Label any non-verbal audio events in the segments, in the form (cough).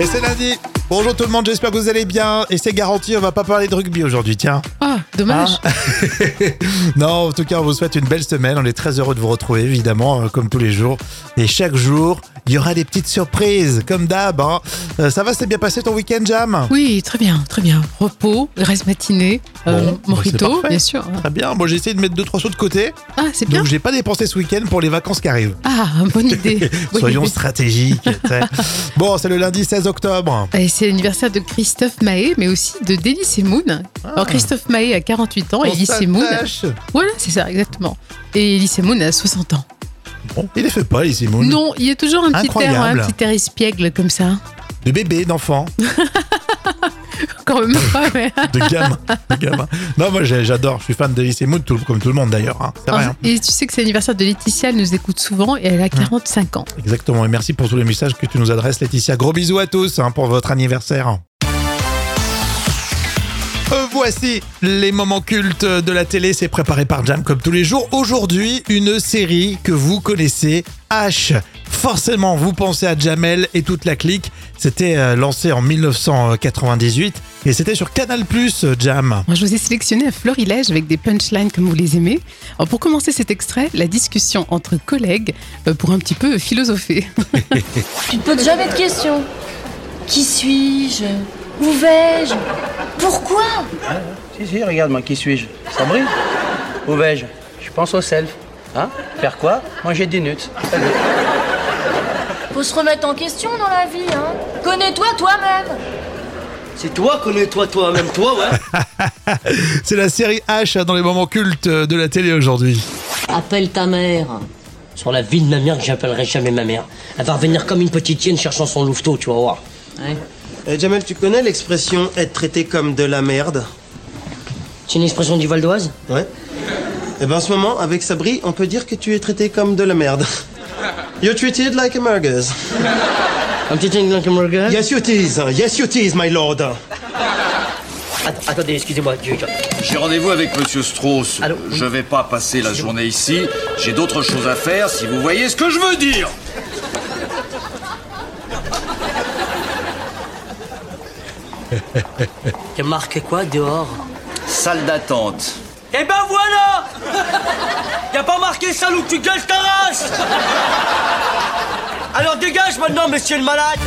Et c'est lundi. Bonjour tout le monde, j'espère que vous allez bien. Et c'est garanti, on va pas parler de rugby aujourd'hui, tiens. Ah, dommage. Non, en tout cas, on vous souhaite une belle semaine. On est très heureux de vous retrouver, évidemment, euh, comme tous les jours. Et chaque jour, il y aura des petites surprises, comme d'hab. hein. Euh, ça va, c'est bien passé ton week-end, Jam Oui, très bien, très bien. Repos, reste matiné, euh, Bon, bah, c'est morito, parfait. bien sûr. Très bien. Moi, j'ai essayé de mettre deux, trois sous de côté. Ah, c'est bien. Donc, j'ai pas dépensé ce week-end pour les vacances qui arrivent. Ah, (laughs) bonne idée. Bonne Soyons idée. stratégiques. tu (laughs) sais. bon, c'est le lundi 16 octobre. Et c'est l'anniversaire de Christophe Maé, mais aussi de Denis Semoun. Ah. Alors, Christophe Maé a 48 ans, On et Elie Semoun. s'attache. Voilà, c'est ça, exactement. Et Elie Semoun a 60 ans. Bon, il les fait pas, les Simon. Non, il y a toujours un petit air, un Incroyable. petit air espiègle comme ça. De bébé, d'enfant, (laughs) Quand même pas, mais- de gamin. de gamin. Non, moi j'ai- j'adore, je suis fan d'Alice Moon, tout- comme tout le monde d'ailleurs. hein. Ah C'est vrai. hein. Et tu sais que c'est l'anniversaire de Laetitia, elle nous écoute souvent et elle a 45 ans. Exactement, et merci pour tous les messages que tu nous adresses, Laetitia. Gros bisous à tous hein, pour votre anniversaire. Euh, Voici les moments cultes de la télé, c'est préparé par Jam comme tous les jours. Aujourd'hui, une série que vous connaissez, H. Forcément, vous pensez à Jamel et toute la clique. C'était euh, lancé en 1998 et c'était sur Canal+, euh, Jam. Moi, je vous ai sélectionné un florilège avec des punchlines comme vous les aimez. Alors, pour commencer cet extrait, la discussion entre collègues euh, pour un petit peu philosopher. (laughs) Tu ne poses jamais de questions. Qui suis-je Où vais-je Pourquoi Si, si, regarde-moi, qui suis-je Ça brille Où vais-je Je pense au self. Hein Faire quoi Manger des nuts. Faut se remettre en question dans la vie, hein. Connais-toi toi-même. C'est toi, connais-toi toi-même, toi, ouais C'est la série H dans les moments cultes de la télé aujourd'hui. Appelle ta mère. Sur la vie de ma mère que j'appellerai jamais ma mère. Elle va revenir comme une petite hyène cherchant son louveteau, tu vas voir. Eh, Jamel, tu connais l'expression être traité comme de la merde C'est une expression du Val d'Oise Ouais. Eh ben en ce moment, avec Sabri, on peut dire que tu es traité comme de la merde. (laughs) You're treated like a merguez. Un petit England hamburger Yes, you tease. Euh, Yes, you tease, my lord. Att- Attendez, excusez-moi. je- je- J'ai rendez-vous avec Monsieur Strauss. Allô je vais pas passer la journée ici. J'ai d'autres choses à faire, si vous voyez ce que je veux dire. T'as marqué quoi dehors Salle d'attente. (laughs) Eh ben voilà T'as pas marqué ça, ou tu gueules ta race Alors dégage maintenant, monsieur le malade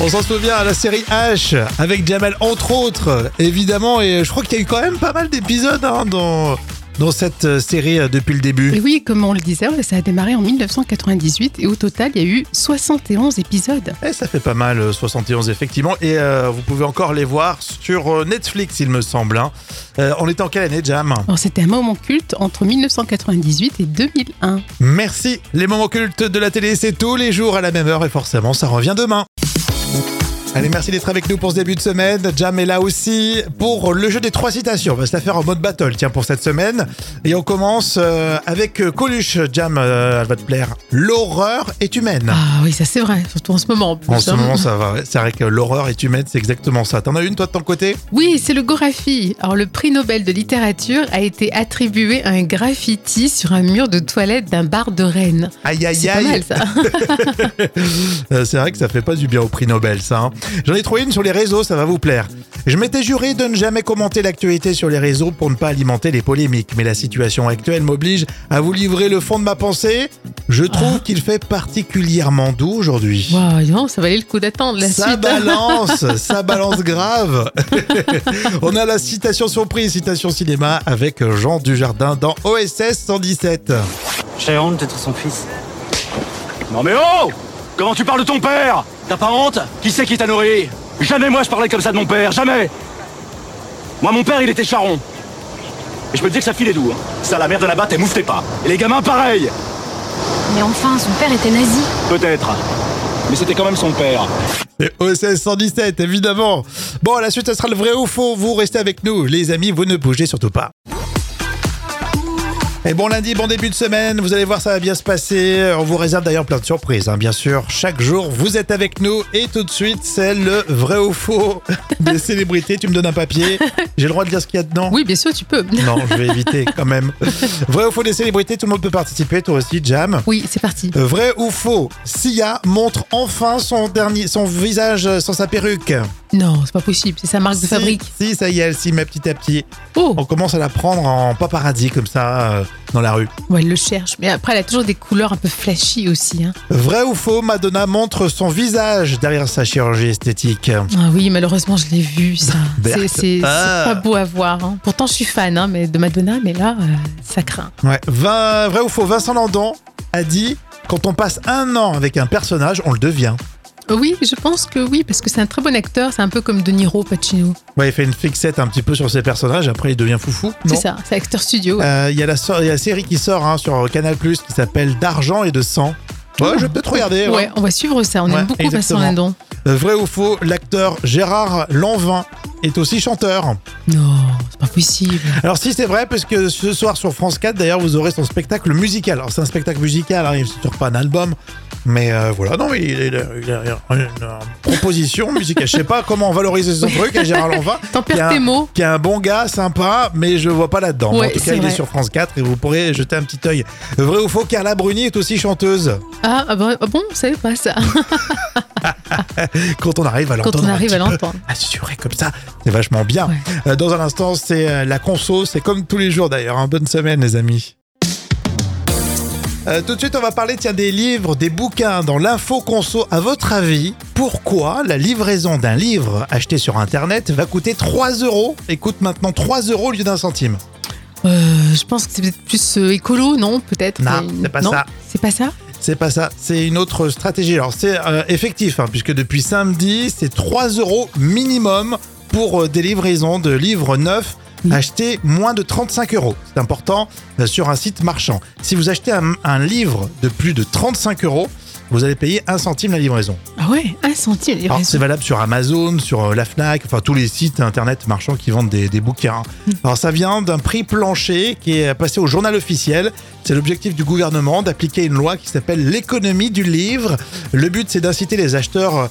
On s'en souvient à la série H avec Jamel entre autres, évidemment, et je crois qu'il y a eu quand même pas mal d'épisodes hein, dans, dans cette euh, série euh, depuis le Et début. oui, comme on le disait, ça a démarré en 1998 et au total, il y a eu 71 épisodes. Et ça fait pas mal, euh, 71 effectivement, et euh, vous pouvez encore les voir sur euh, Netflix il me semble. hein. Euh, on était en quelle année Jam Alors, c'était un moment culte entre 1998 et 2001. Merci, les moments cultes de la télé c'est tous les jours à la même heure et forcément ça revient demain. Allez, merci d'être avec nous pour ce début de semaine. Jam est là aussi pour le jeu des trois citations. On va se la faire en mode battle, tiens, pour cette semaine. Et on commence euh, avec euh, Coluche. Jam, euh, elle va te plaire. L'horreur est humaine. Ah oui, ça c'est vrai, surtout en ce moment. plus, en ce hein. moment, ça va. ouais. C'est vrai que l'horreur est humaine, c'est exactement ça. T'en as une, toi, de ton côté Oui, c'est le Gorafi. Alors, le prix Nobel de littérature a été attribué à un graffiti sur un mur de toilette d'un bar de Rennes. Aïe, aïe, C'est pas mal aïe. ça. Euh, C'est vrai que ça fait pas du bien au prix Nobel, ça. hein. J'en ai trouvé une sur les réseaux, ça va vous plaire. Je m'étais juré de ne jamais commenter l'actualité sur les réseaux pour ne pas alimenter les polémiques, mais la situation actuelle m'oblige à vous livrer le fond de ma pensée. Je trouve Ah. qu'il fait particulièrement doux aujourd'hui. Waouh, non, ça valait le coup d'attendre la ça suite. balance, ça balance grave. (laughs) On a la citation surprise, citation cinéma avec Jean Dujardin dans OSS 117. J'ai honte d'être son fils. Non mais oh Comment tu parles de ton père T'as pas honte Qui c'est qui t'a nourri Jamais moi je parlais comme ça de mon père, jamais Moi mon père il était charron. Et je peux te dire que ça filait doux. hein. Ça la merde là-bas t'es mouffeté pas. Et les gamins pareil Mais enfin, son père était nazi. Peut-être. Mais c'était quand même son père. C'est OSS 117, évidemment. Bon, à la suite, ce sera le vrai ou faux. Vous restez avec nous, les amis, vous ne bougez surtout pas. Et bon lundi, bon début de semaine, vous allez voir ça va bien se passer. On vous réserve d'ailleurs plein de surprises, hein, bien sûr. Chaque jour, vous êtes avec nous et tout de suite, c'est le vrai ou faux des célébrités. Tu me donnes un papier, j'ai le droit de dire ce qu'il y a dedans (laughs) Oui, bien sûr, tu peux. Non, je vais éviter quand même. Vrai ou faux des célébrités, tout le monde peut participer, toi aussi, Jam. (laughs) Oui, c'est parti. Euh, Vrai ou faux, Sia montre enfin son, dernier, son visage euh, sans sa perruque. Non, c'est pas possible, c'est sa marque de Si, fabrique. Si, ça y est, elle s'y met petit à petit. Oh, On commence à la prendre en paparazzi comme ça, euh, dans la rue. bon, elle le cherche. Mais après, elle a toujours des couleurs un peu flashy aussi. hein. Vrai ou faux, Madonna montre son visage derrière sa chirurgie esthétique. Ah oui, malheureusement, je l'ai vu, ça. (laughs) Berthe. C'est- C'est c'est Ah. pas beau à voir. hein. Pourtant, je suis fan hein, mais de Madonna, mais là, euh, ça craint. Ouais. Vin- vrai ou faux, Vincent Landon a dit quand on passe un an avec un personnage, on le devient. Euh, Oui, je pense que oui, parce que c'est un très bon acteur. C'est un peu comme De Niro, Pacino. Ouais, il fait une fixette un petit peu sur ses personnages, après il devient foufou. C'est non ça, c'est acteur studio. ouais. Euh, Il y, a la so- il y a la série qui sort hein, sur Canal Plus qui s'appelle D'argent et de sang. Ouais, je vais peut-être regarder. ouais. ouais. on va suivre ça. On Ouais, aime beaucoup Vincent exactement. Lindon. Euh, Vrai ou faux, l'acteur Gérard Lanvin est aussi chanteur. Non, c'est pas possible. Alors si c'est vrai, parce que ce soir sur France 4, d'ailleurs, vous aurez son spectacle musical. Alors c'est un spectacle musical, hein, il ne sort pas un album. Mais euh, voilà, non, mais il, il- il a une, euh, proposition musicale. Je sais pas comment valoriser son truc à Gérard Lanvin. T'en qui est perds un- tes mots. qui est un bon gars, sympa, mais je le vois pas là-dedans. Ouais, en tout c'est cas, il est vrai. sur France 4 et vous pourrez jeter un petit œil. Vrai ou faux, Carla Bruni est aussi chanteuse. Ah, ah bon, ah bon, on savait pas ça. Quand on arrive à l'entendre. Quand on un arrive petit à peu l'entendre. Assuré comme ça, c'est vachement bien. Ouais. Euh, Dans un instant, c'est euh, la conso, c'est comme tous les jours d'ailleurs. hein. Bonne semaine, les amis. Euh, tout de suite, on va parler tiens, des livres, des bouquins dans l'info conso. À votre avis, pourquoi la livraison d'un livre acheté sur Internet va coûter 3 euros et coûte maintenant 3 euros au lieu d'un centime Euh, je pense que c'est peut-être plus euh, écolo, non Peut-être. Non, mais- c'est pas ça. C'est pas ça C'est pas ça, c'est une autre stratégie. Alors c'est euh, effectif, hein, puisque depuis samedi, c'est 3 euros minimum pour euh, des livraisons de livres neufs Oui. achetés moins de 35 euros. C'est important euh, sur un site marchand. Si vous achetez un, un livre de plus de 35 euros, vous allez payer un centime la livraison. Ah ouais, un centime. les Alors, raisons. Ah, c'est valable sur Amazon, sur euh, la Fnac, enfin tous les sites internet marchands qui vendent des, des bouquins. Alors ça vient d'un prix plancher qui est passé au journal officiel. C'est l'objectif du gouvernement d'appliquer une loi qui s'appelle l'économie du livre. Le but c'est d'inciter les acheteurs euh,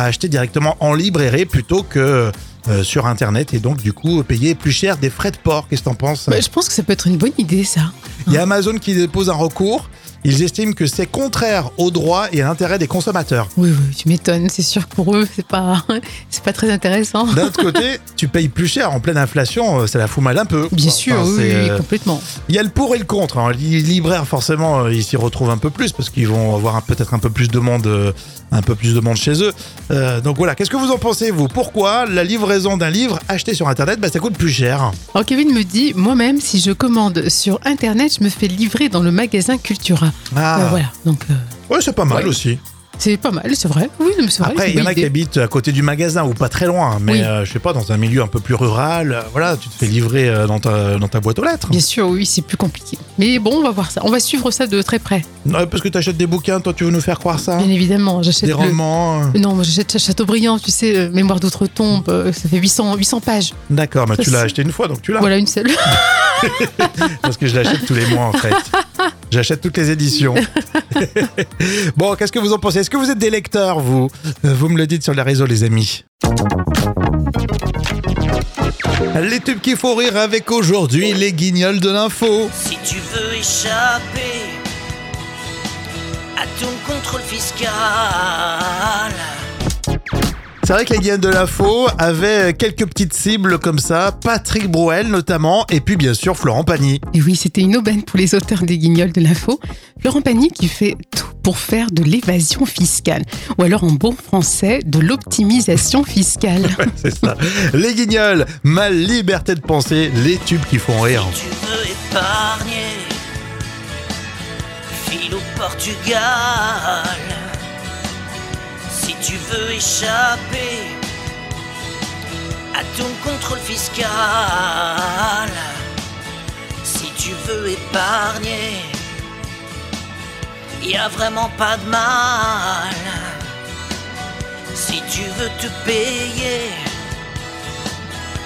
à acheter directement en librairie plutôt que euh, sur internet et donc du coup payer plus cher des frais de port. Qu'est-ce que t'en penses Bah, je pense que ça peut être une bonne idée, ça. Il y a Amazon qui dépose un recours. Ils estiment que c'est contraire aux droits et à l'intérêt des consommateurs. Oui, oui, tu m'étonnes. C'est sûr que pour eux, c'est pas, (laughs) c'est pas très intéressant. D'un autre côté, tu payes plus cher en pleine inflation, euh, ça la fout mal un peu. Bien Enfin, sûr, oui, c'est, oui, euh, complètement. Il y a le pour et le contre. hein. Les libraires, forcément, euh, ils s'y retrouvent un peu plus parce qu'ils vont avoir un- peut-être un peu plus de monde, euh, un peu plus de monde chez eux. Euh, donc voilà, qu'est-ce que vous en pensez vous Pourquoi la livraison d'un livre acheté sur Internet, bah, ça coûte plus cher Alors Kevin me dit, moi-même, si je commande sur Internet, je me fais livrer dans le magasin Cultura. Ah, Euh, voilà, donc euh, ouais, c'est pas mal Ouais. aussi. c'est pas mal, c'est vrai. Oui, non, mais c'est vrai. Après, c'est il y une en a bonne qui idée. habitent à côté du magasin ou pas très loin, mais Oui. euh, je sais pas, dans un milieu un peu plus rural, euh, voilà, tu te fais livrer euh, dans ta, dans ta boîte aux lettres. Bien sûr, oui, c'est plus compliqué. Mais bon, on va voir ça. On va suivre ça de très près. Ouais, Euh, parce que tu achètes des bouquins, toi, tu veux nous faire croire ça Bien évidemment, j'achète Ah. Des le... romans. euh. Non, moi, j'achète Chateaubriand, tu sais, euh, Mémoire d'outre-tombe, euh, ça fait 800, 800 pages. D'accord, mais Ça, tu l'as c'est- acheté une fois, donc tu l'as. Voilà une seule. Parce que je l'achète tous les mois, en fait. J'achète toutes les éditions. bon, qu'est-ce que vous en pensez Est-ce que vous êtes des lecteurs, vous Euh, Vous me le dites sur les réseaux, les amis. Les tubes qui font rire avec aujourd'hui les guignols de l'info. Si tu veux échapper à ton contrôle fiscal, C'est vrai que les guignols de l'info avaient quelques petites cibles comme ça, Patrick Bruel notamment, et puis bien sûr Florent Pagny. Et oui, c'était une aubaine pour les auteurs des guignols de l'info. Laurent Pagny qui fait tout pour faire de l'évasion fiscale, ou alors en bon français, de l'optimisation fiscale. C'est ça. Les guignols, ma liberté de penser, les tubes qui font rire. tu veux épargner, file au Portugal. Si tu veux échapper à ton contrôle fiscal, si tu veux épargner, y a vraiment pas de mal. Si tu veux te payer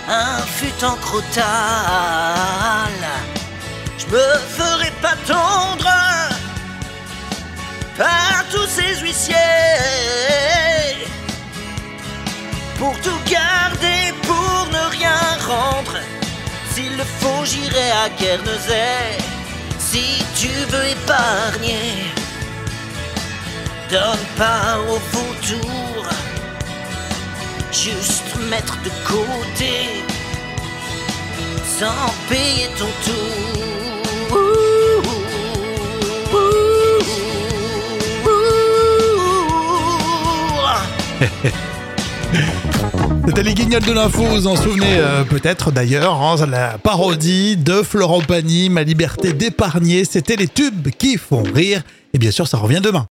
un fut en crotal, je me veux par tous ces huissiers pour tout garder, pour ne rien rendre. S'il le faut, j'irai à Guernesey. Si tu veux épargner, donne pas au vautour. Juste mettre de côté, sans payer ton tour. C'était les guignols de l'info, vous en souvenez euh, peut-être d'ailleurs, hein, la parodie de Florent Pagny, Ma liberté d'épargner, c'était les tubes qui font rire, et bien sûr ça revient demain.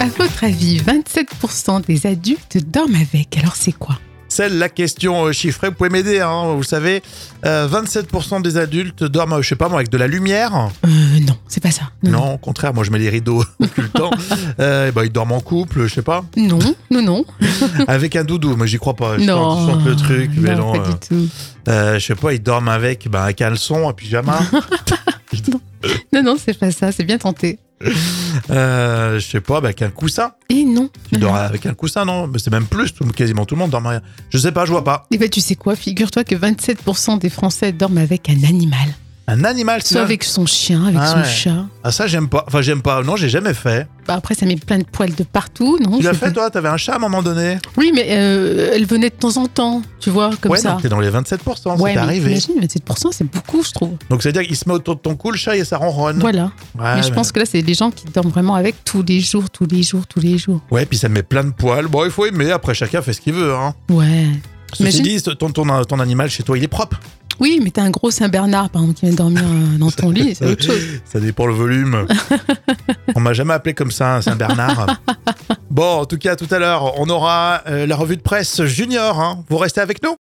À votre avis, 27% des adultes dorment avec. Alors c'est quoi C'est la question euh, chiffrée, vous pouvez m'aider, hein, vous savez, euh, 27% des adultes dorment, euh, je sais pas moi, avec de la lumière. Euh, non, c'est pas ça. Non, au contraire, moi je mets les rideaux (laughs) occultants. Euh, et ben, ils dorment en couple, je sais (laughs) pas, Non, non, non. avec un doudou, moi j'y crois pas, je Non. sens je sens que le truc, mais non, non, pas euh, du tout. euh, je sais pas, ils dorment avec ben, un caleçon, un (laughs) pyjama. Non, non, c'est pas ça. C'est bien tenté. Euh, je sais pas, bah, avec un coussin. Et non. Tu dors avec un coussin, non Mais c'est même plus, tout- quasiment tout le monde dort rien. Je sais pas, je vois pas. Et ben tu sais quoi Figure-toi que 27% des Français dorment avec un animal. Un animal, Soit ça avec son chien, avec Ah son ouais. chat. Ah, ça, j'aime pas. Enfin, j'aime pas. Non, j'ai jamais fait. Bah, après, ça met plein de poils de partout, non Tu l'as c'est fait, pas- toi T'avais un chat à un moment donné Oui, mais euh, elle venait de temps en temps, tu vois, comme Ouais, ça. donc t'es dans les 27%, ouais, c'est mais arrivé. imagine, 27%, c'est beaucoup, je trouve. Donc, c'est-à-dire qu'il se met autour de ton cou, le chat, et ça ronronne. Voilà. Ah Ouais, mais je mais- pense que là, c'est les gens qui dorment vraiment avec tous les jours, tous les jours, tous les jours. Ouais, puis ça met plein de poils. Bon, il faut aimer, après, chacun fait ce qu'il veut. Hein. Ouais. Ceci Imagine- dit, ton, ton, ton animal chez toi, il est propre. Oui, mais t'as un gros Saint-Bernard, par exemple, qui vient dormir euh, dans ton lit, c'est (laughs) autre chose. Ça dépend le (laughs) volume. on m'a jamais appelé comme ça, un Saint-Bernard. bon, en tout cas, tout à l'heure, on aura euh, la revue de presse junior. hein. Vous restez avec nous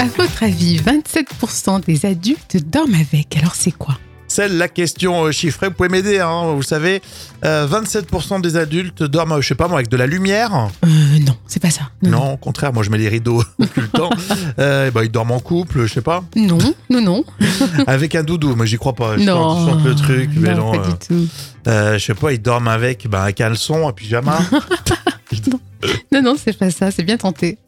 À votre avis, 27% des adultes dorment avec. Alors, c'est quoi C'est la question euh, chiffrée. Vous pouvez m'aider, hein, vous le savez. Euh, 27% des adultes dorment, euh, je sais pas moi, avec de la lumière. Euh, non, c'est pas ça. Non, au contraire, moi je mets les rideaux (laughs) occultants. Euh, et ben, ils dorment en couple, je sais (laughs) pas, Non, non, non. avec un doudou. Moi j'y crois pas. Ah, Je non. sens, je sens que le truc, mais non. pas euh, du tout. euh, je sais pas, ils dorment avec ben, un caleçon, un (laughs) pyjama. Non, non, c'est pas ça, c'est bien tenté.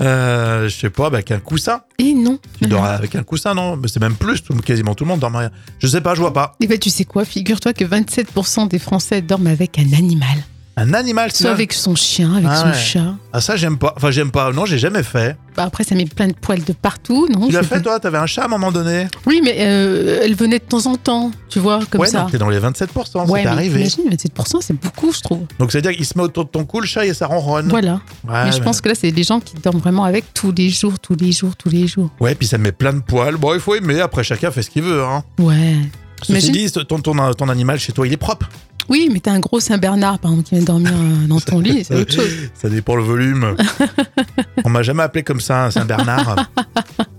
Euh, je sais pas, ben, avec un coussin. Et non. Tu (laughs) dors avec un coussin, non Mais c'est même plus, tout- quasiment tout le monde dort rien. Je sais pas, je vois pas. Et ben tu sais quoi, figure-toi que 27% des Français dorment avec un animal. Un animal, Soit ça avec son chien, avec Ah son ouais. chat. Ah, ça, j'aime pas. Enfin, j'aime pas. Non, j'ai jamais fait. Bah, après, ça met plein de poils de partout, non Tu l'as c'est fait, pas- toi T'avais un chat à un moment donné Oui, mais euh, elle venait de temps en temps, tu vois, comme Ouais, ça. donc t'es dans les 27%, ouais, c'est mais arrivé. imagine, 27%, c'est beaucoup, je trouve. Donc, c'est-à-dire qu'il se met autour de ton cou, le chat, et ça ronronne. Voilà. Ah Ouais, mais je pense que là, c'est les gens qui dorment vraiment avec tous les jours, tous les jours, tous les jours. Ouais, puis ça met plein de poils. Bon, il faut aimer, après, chacun fait ce qu'il veut. Hein. Ouais. Ceci Imagine- dit, ton, ton, ton animal chez toi, il est propre. Oui, mais t'as un gros Saint-Bernard, par exemple, qui vient dormir euh, dans ton lit, c'est autre chose. Ça dépend le volume. on m'a jamais appelé comme ça, un Saint-Bernard.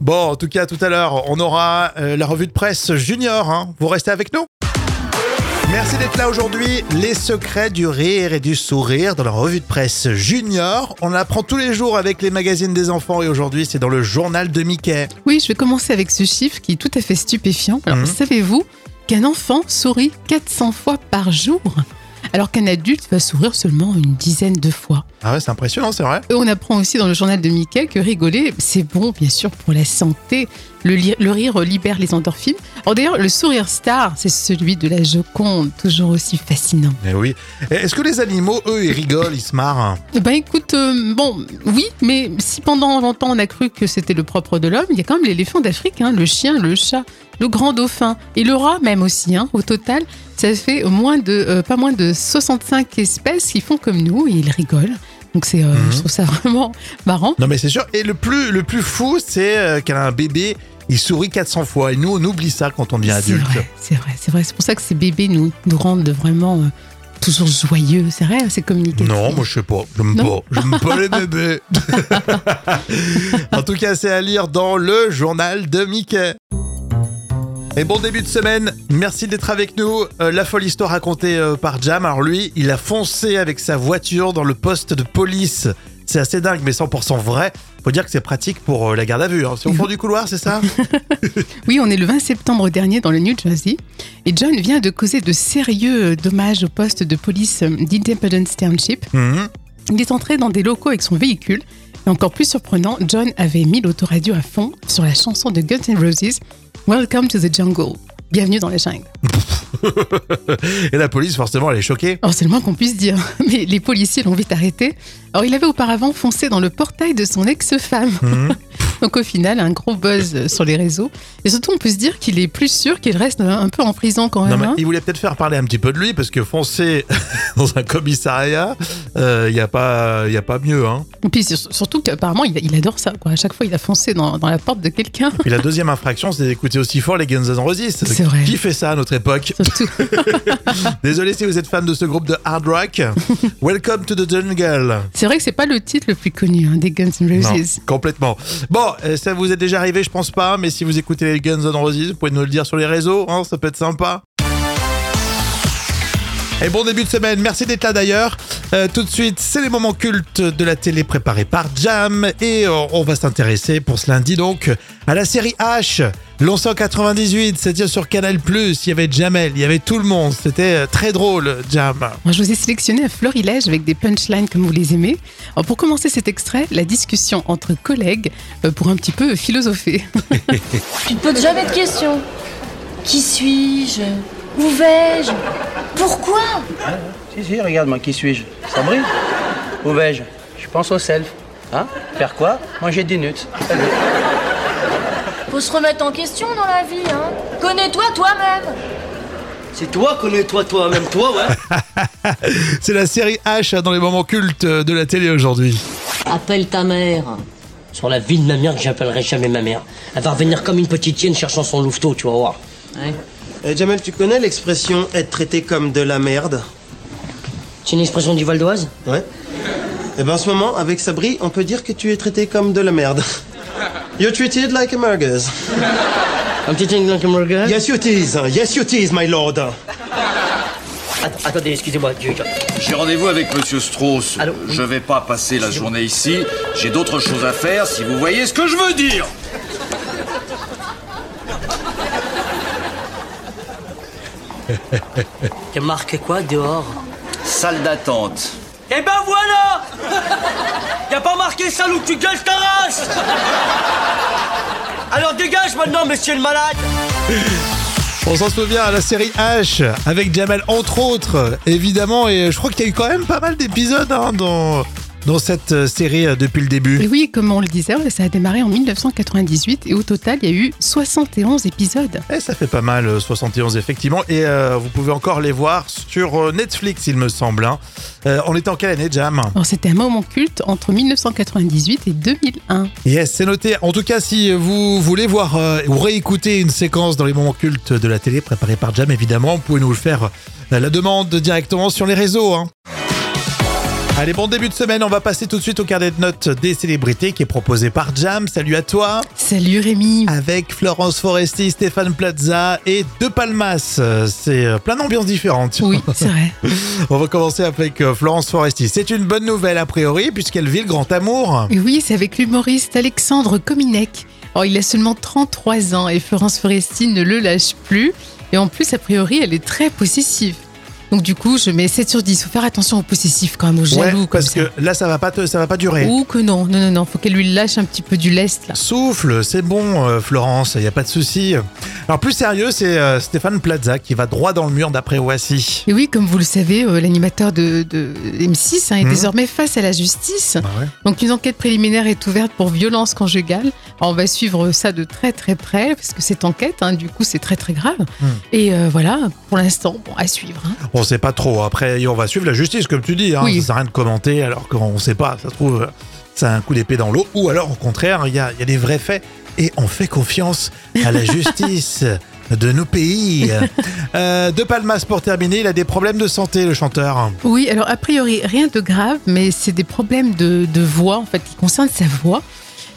bon, en tout cas, tout à l'heure, on aura euh, la revue de presse junior. hein. Vous restez avec nous Merci d'être là aujourd'hui. Les secrets du rire et du sourire dans la revue de presse junior. On apprend tous les jours avec les magazines des enfants et aujourd'hui, c'est dans le journal de Mickey. Oui, je vais commencer avec ce chiffre qui est tout à fait stupéfiant. Alors, Mhm. savez-vous qu'un enfant sourit 400 fois par jour alors qu'un adulte va sourire seulement une dizaine de fois. Ah ouais, c'est impressionnant, c'est vrai. Et on apprend aussi dans le journal de Mickey que rigoler, c'est bon bien sûr pour la santé. Le, li- le rire libère les endorphines. Alors d'ailleurs, le sourire star, c'est celui de la Joconde, toujours aussi fascinant. Eh oui. Et Est-ce que les animaux, eux, ils rigolent, ils se marrent Eh Ben écoute, euh, bon, oui, mais si pendant longtemps on a cru que c'était le propre de l'homme, il y a quand même l'éléphant d'Afrique, hein, le chien, le chat, le grand dauphin et le rat même aussi. hein. au total, ça fait moins de, euh, pas moins de 65 espèces qui font comme nous et ils rigolent. Donc c'est, euh, Mhm. je trouve ça vraiment marrant. Non mais c'est sûr. Et le plus, le plus fou, c'est euh, qu'elle a un bébé, il sourit 400 fois. Et nous, on oublie ça quand on devient C'est adulte. vrai, c'est vrai, c'est vrai. C'est pour ça que ces bébés nous, nous rendent vraiment euh, toujours joyeux. C'est vrai, hein, c'est communicatif. Non, moi je sais pas, j'aime pas, Non. j'aime pas les bébés. (laughs) en tout cas, c'est à lire dans le journal de Mickey. Et bon début de semaine, merci d'être avec nous. Euh, la folle histoire racontée euh, par Jam. Alors lui, il a foncé avec sa voiture dans le poste de police. C'est assez dingue, mais 100% vrai. Faut dire que c'est pratique pour euh, la garde à vue. hein. C'est au (laughs) fond du couloir, c'est ça Oui, on est le 20 septembre dernier dans le New Jersey et John vient de causer de sérieux euh, dommages au poste de police euh, d'Independence Township. Mhm. Il est entré dans des locaux avec son véhicule. Et encore plus surprenant, John avait mis l'autoradio à fond sur la chanson de Guns N' Roses, Welcome to the Jungle. Bienvenue dans la jungle. Et la police, forcément, elle est choquée. Alors c'est le moins qu'on puisse dire, (laughs) mais les policiers l'ont vite arrêté. Alors il avait auparavant foncé dans le portail de son ex-femme. Mhm. (laughs) Donc au final, un gros buzz sur les réseaux. Et surtout, on peut se dire qu'il est plus sûr qu'il reste un un peu en prison quand Non, même. mais hein. il voulait peut-être faire parler un petit peu de lui, parce que foncer (laughs) dans un commissariat, il n'y a, pas- y a pas mieux. Hein. Et puis sur- surtout qu'apparemment, il, il adore ça. Quoi. À chaque fois, il a foncé dans, dans la porte de quelqu'un. Puis la deuxième infraction, c'est d'écouter aussi fort les Guns N' Roses. C'est vrai. Qui fait ça à notre époque Surtout. Désolé si vous êtes fan de ce groupe de hard (laughs) rock. Welcome to the jungle. C'est vrai que c'est pas le titre le plus connu hein, des Guns N' Non, Roses. complètement. Bon, euh, ça vous est déjà arrivé, je pense pas, mais si vous écoutez les Guns N' Roses, vous pouvez nous le dire sur les réseaux, hein, ça peut être sympa. Et bon début de semaine, merci d'être là d'ailleurs. Euh, tout de suite, c'est les moments cultes de la télé préparés par Jam et euh, on va s'intéresser pour ce lundi donc à la série H. L'On 98, c'était sur Canal+, il y avait Jamel, il y avait tout le monde, c'était euh, très drôle Jam. Alors, je vous ai sélectionné un florilège avec des punchlines comme vous les aimez. Alors, pour commencer cet extrait, la discussion entre collègues euh, pour un petit peu philosopher. Tu te poses jamais de questions. Qui suis-je Où vais-je Pourquoi Si, si, regarde-moi, qui suis-je Ça brille Où vais-je Je pense au self. Hein Faire quoi Manger des nuts. Salut. Faut se remettre en question dans la vie, hein. Connais-toi toi-même. C'est toi, connais-toi toi-même, toi, ouais. C'est la série H hein, dans les moments cultes de la télé aujourd'hui. Appelle ta mère. Sur la vie de ma mère que j'appellerai jamais ma mère. Elle va revenir comme une petite hyène cherchant son louveteau, tu vas voir. Ouais. Euh, Jamel, tu connais l'expression être traité comme de la merde C'est une expression du Val d'Oise Ouais. Et ben en ce moment, avec Sabri, on peut dire que tu es traité comme de la merde. (laughs) You're treated like a merguez. (laughs) Un petit thing like a burger Yes, you tis. Yes, you tis, my lord. Att- Attendez, excusez-moi. je- je- J'ai rendez-vous avec Monsieur Strauss. Allô, oui. Je vais pas passer la journée ici. J'ai d'autres choses à faire, si vous voyez ce que je veux dire. T'as marqué quoi dehors Salle d'attente. Eh ben voilà Y'a pas marqué ça, ou tu gâches ta race Alors dégage maintenant, monsieur le malade On s'en souvient à la série H avec Jamel entre autres évidemment et je crois qu'il y a eu quand même pas mal d'épisodes hein, dans dans cette euh, série euh, depuis le début. Et oui, comme on le disait, ouais, ça a démarré en 1998 et au total, il y a eu 71 épisodes. Et ça fait pas mal euh, 71 effectivement et euh, vous pouvez encore les voir sur euh, Netflix il me semble. hein. Euh, on était en quelle année Jam Alors, c'était un moment culte entre 1998 et 2001. Yes, c'est noté. En tout cas, si vous voulez voir euh, ou réécouter une séquence dans les moments cultes de la télé préparée par Jam, évidemment, vous pouvez nous le faire euh, la demande directement sur les réseaux. hein. Allez, bon début de semaine. On va passer tout de suite au carnet de notes des célébrités qui est proposé par Jam. Salut à toi. Salut Rémi Avec Florence Foresti, Stéphane Plaza et De Palmas. Euh, C'est euh, plein d'ambiances différentes. Oui, c'est vrai. (laughs) On va commencer avec euh, Florence Foresti. C'est une bonne nouvelle, a priori, puisqu'elle vit le grand amour. Et oui, c'est avec l'humoriste Alexandre Kominek. Alors, il a seulement 33 ans et Florence Foresti ne le lâche plus. Et en plus, a priori, elle est très possessive. Donc du coup, je mets 7 sur 10. Faut faire attention aux possessifs quand même, aux Ouais, jaloux comme parce ça. que là, ça va pas, te- ça va pas durer. Ou que non, non, non, non, faut qu'elle lui lâche un petit peu du lest là. Souffle, c'est bon, euh, Florence, il n'y a pas de souci. Alors, plus sérieux, c'est euh, Stéphane Plaza qui va droit dans le mur d'après Wassi. Et oui, comme vous le savez, euh, l'animateur de, de M6 hein, est Mhm. désormais face à la justice. Donc une enquête préliminaire est ouverte pour violence conjugale. Alors, on va suivre ça de très très près, parce que cette enquête, hein, du coup, c'est très très grave. Et euh, voilà, pour l'instant, bon, à suivre. hein. On sait pas trop. Après, on va suivre la justice, comme tu dis. Hein. Oui. Ça sert à rien de commenter alors qu'on sait pas. Ça se trouve, euh, ça a un coup d'épée dans l'eau. Ou alors, au contraire, il y a, il y a des vrais faits et on fait confiance à la (laughs) justice de nos pays. Euh, de Palmas, pour terminer, il a des problèmes de santé, le chanteur. Oui, alors a priori, rien de grave, mais c'est des problèmes de, de voix, en fait, qui concernent sa voix.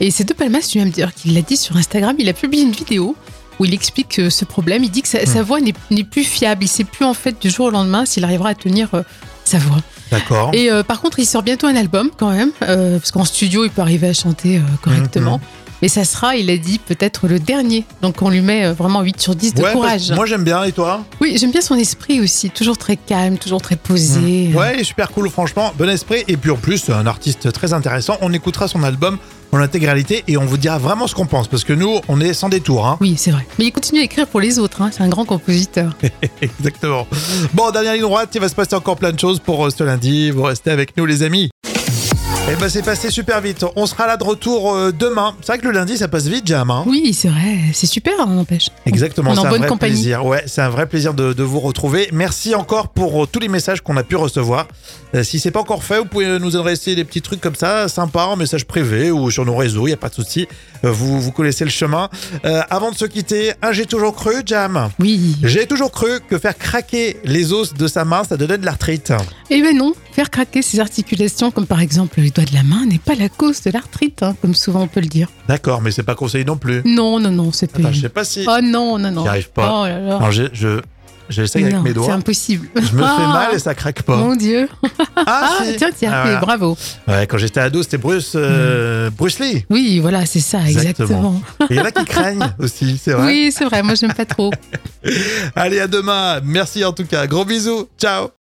Et c'est De Palmas lui-même d'ailleurs qu'il l'a dit sur Instagram, il a publié une vidéo où il explique euh, ce problème, il dit que sa, sa voix n'est n'est plus fiable, il sait plus en fait du jour au lendemain s'il arrivera à tenir euh, sa voix. D'accord. Et euh, par contre, il sort bientôt un album quand même, euh, parce qu'en studio, il peut arriver à chanter euh, correctement. Mhm, Mais ça sera, il a dit, peut-être le dernier. Donc on lui met euh, vraiment 8 sur 10 de Ouais, courage. parce- moi j'aime bien, et toi Oui, j'aime bien son esprit aussi, toujours très calme, toujours très posé. Mhm. euh. Ouais, il est super cool, franchement, bon esprit. Et puis en plus, un artiste très intéressant. On écoutera son album en intégralité et on vous dira vraiment ce qu'on pense, parce que nous, on est sans détour. (laughs) Hein. Oui, c'est vrai. Mais il continue à écrire pour les autres, hein, c'est un grand compositeur. Exactement. Bon, dernière ligne droite, il va se passer encore plein de choses pour euh, ce lundi. Vous restez avec nous, les amis. Et ben, c'est passé super vite. On sera là de retour euh, demain. C'est vrai que le lundi, ça passe vite, Jam. hein. Oui, c'est vrai, c'est super, on n'empêche. Exactement, On est c'est en un bonne vrai compagnie. plaisir. Ouais, c'est un vrai plaisir de, de vous retrouver. Merci encore pour euh, tous les messages qu'on a pu recevoir. Euh, si c'est pas encore fait, vous pouvez euh, nous adresser des petits trucs comme ça, sympa, en message privé ou sur nos réseaux, il y a pas de souci. Euh, vous vous connaissez le chemin. Euh, avant de se quitter, un j'ai toujours cru, Jam. Oui. J'ai toujours cru que faire craquer les os de sa main, ça donnait de l'arthrite. Eh ben non, faire craquer ses articulations, comme par exemple les doigts de la main, n'est pas la cause de l'arthrite, hein, comme souvent on peut le dire. D'accord, mais c'est pas conseillé non plus. Non, non, non, c'est pas. Attends, je sais pas si. Oh non, non, non. J'y arrive pas. Ah, Oh là là. Non, j'ai- je j'essaye Non, avec mes C'est doigts. impossible. Je me fais (laughs) Ah, mal et ça craque pas. Mon Dieu. Ah, si. tiens, tiens, Ah, mais voilà. bravo. Ouais, quand j'étais ado, c'était Bruce, euh, Bruce Lee. Oui, voilà, c'est ça, exactement. Et il y en a qui craignent aussi, c'est vrai. Oui, c'est vrai, moi j'aime pas trop. Allez, à demain. Merci en tout cas. Gros bisous. Ciao.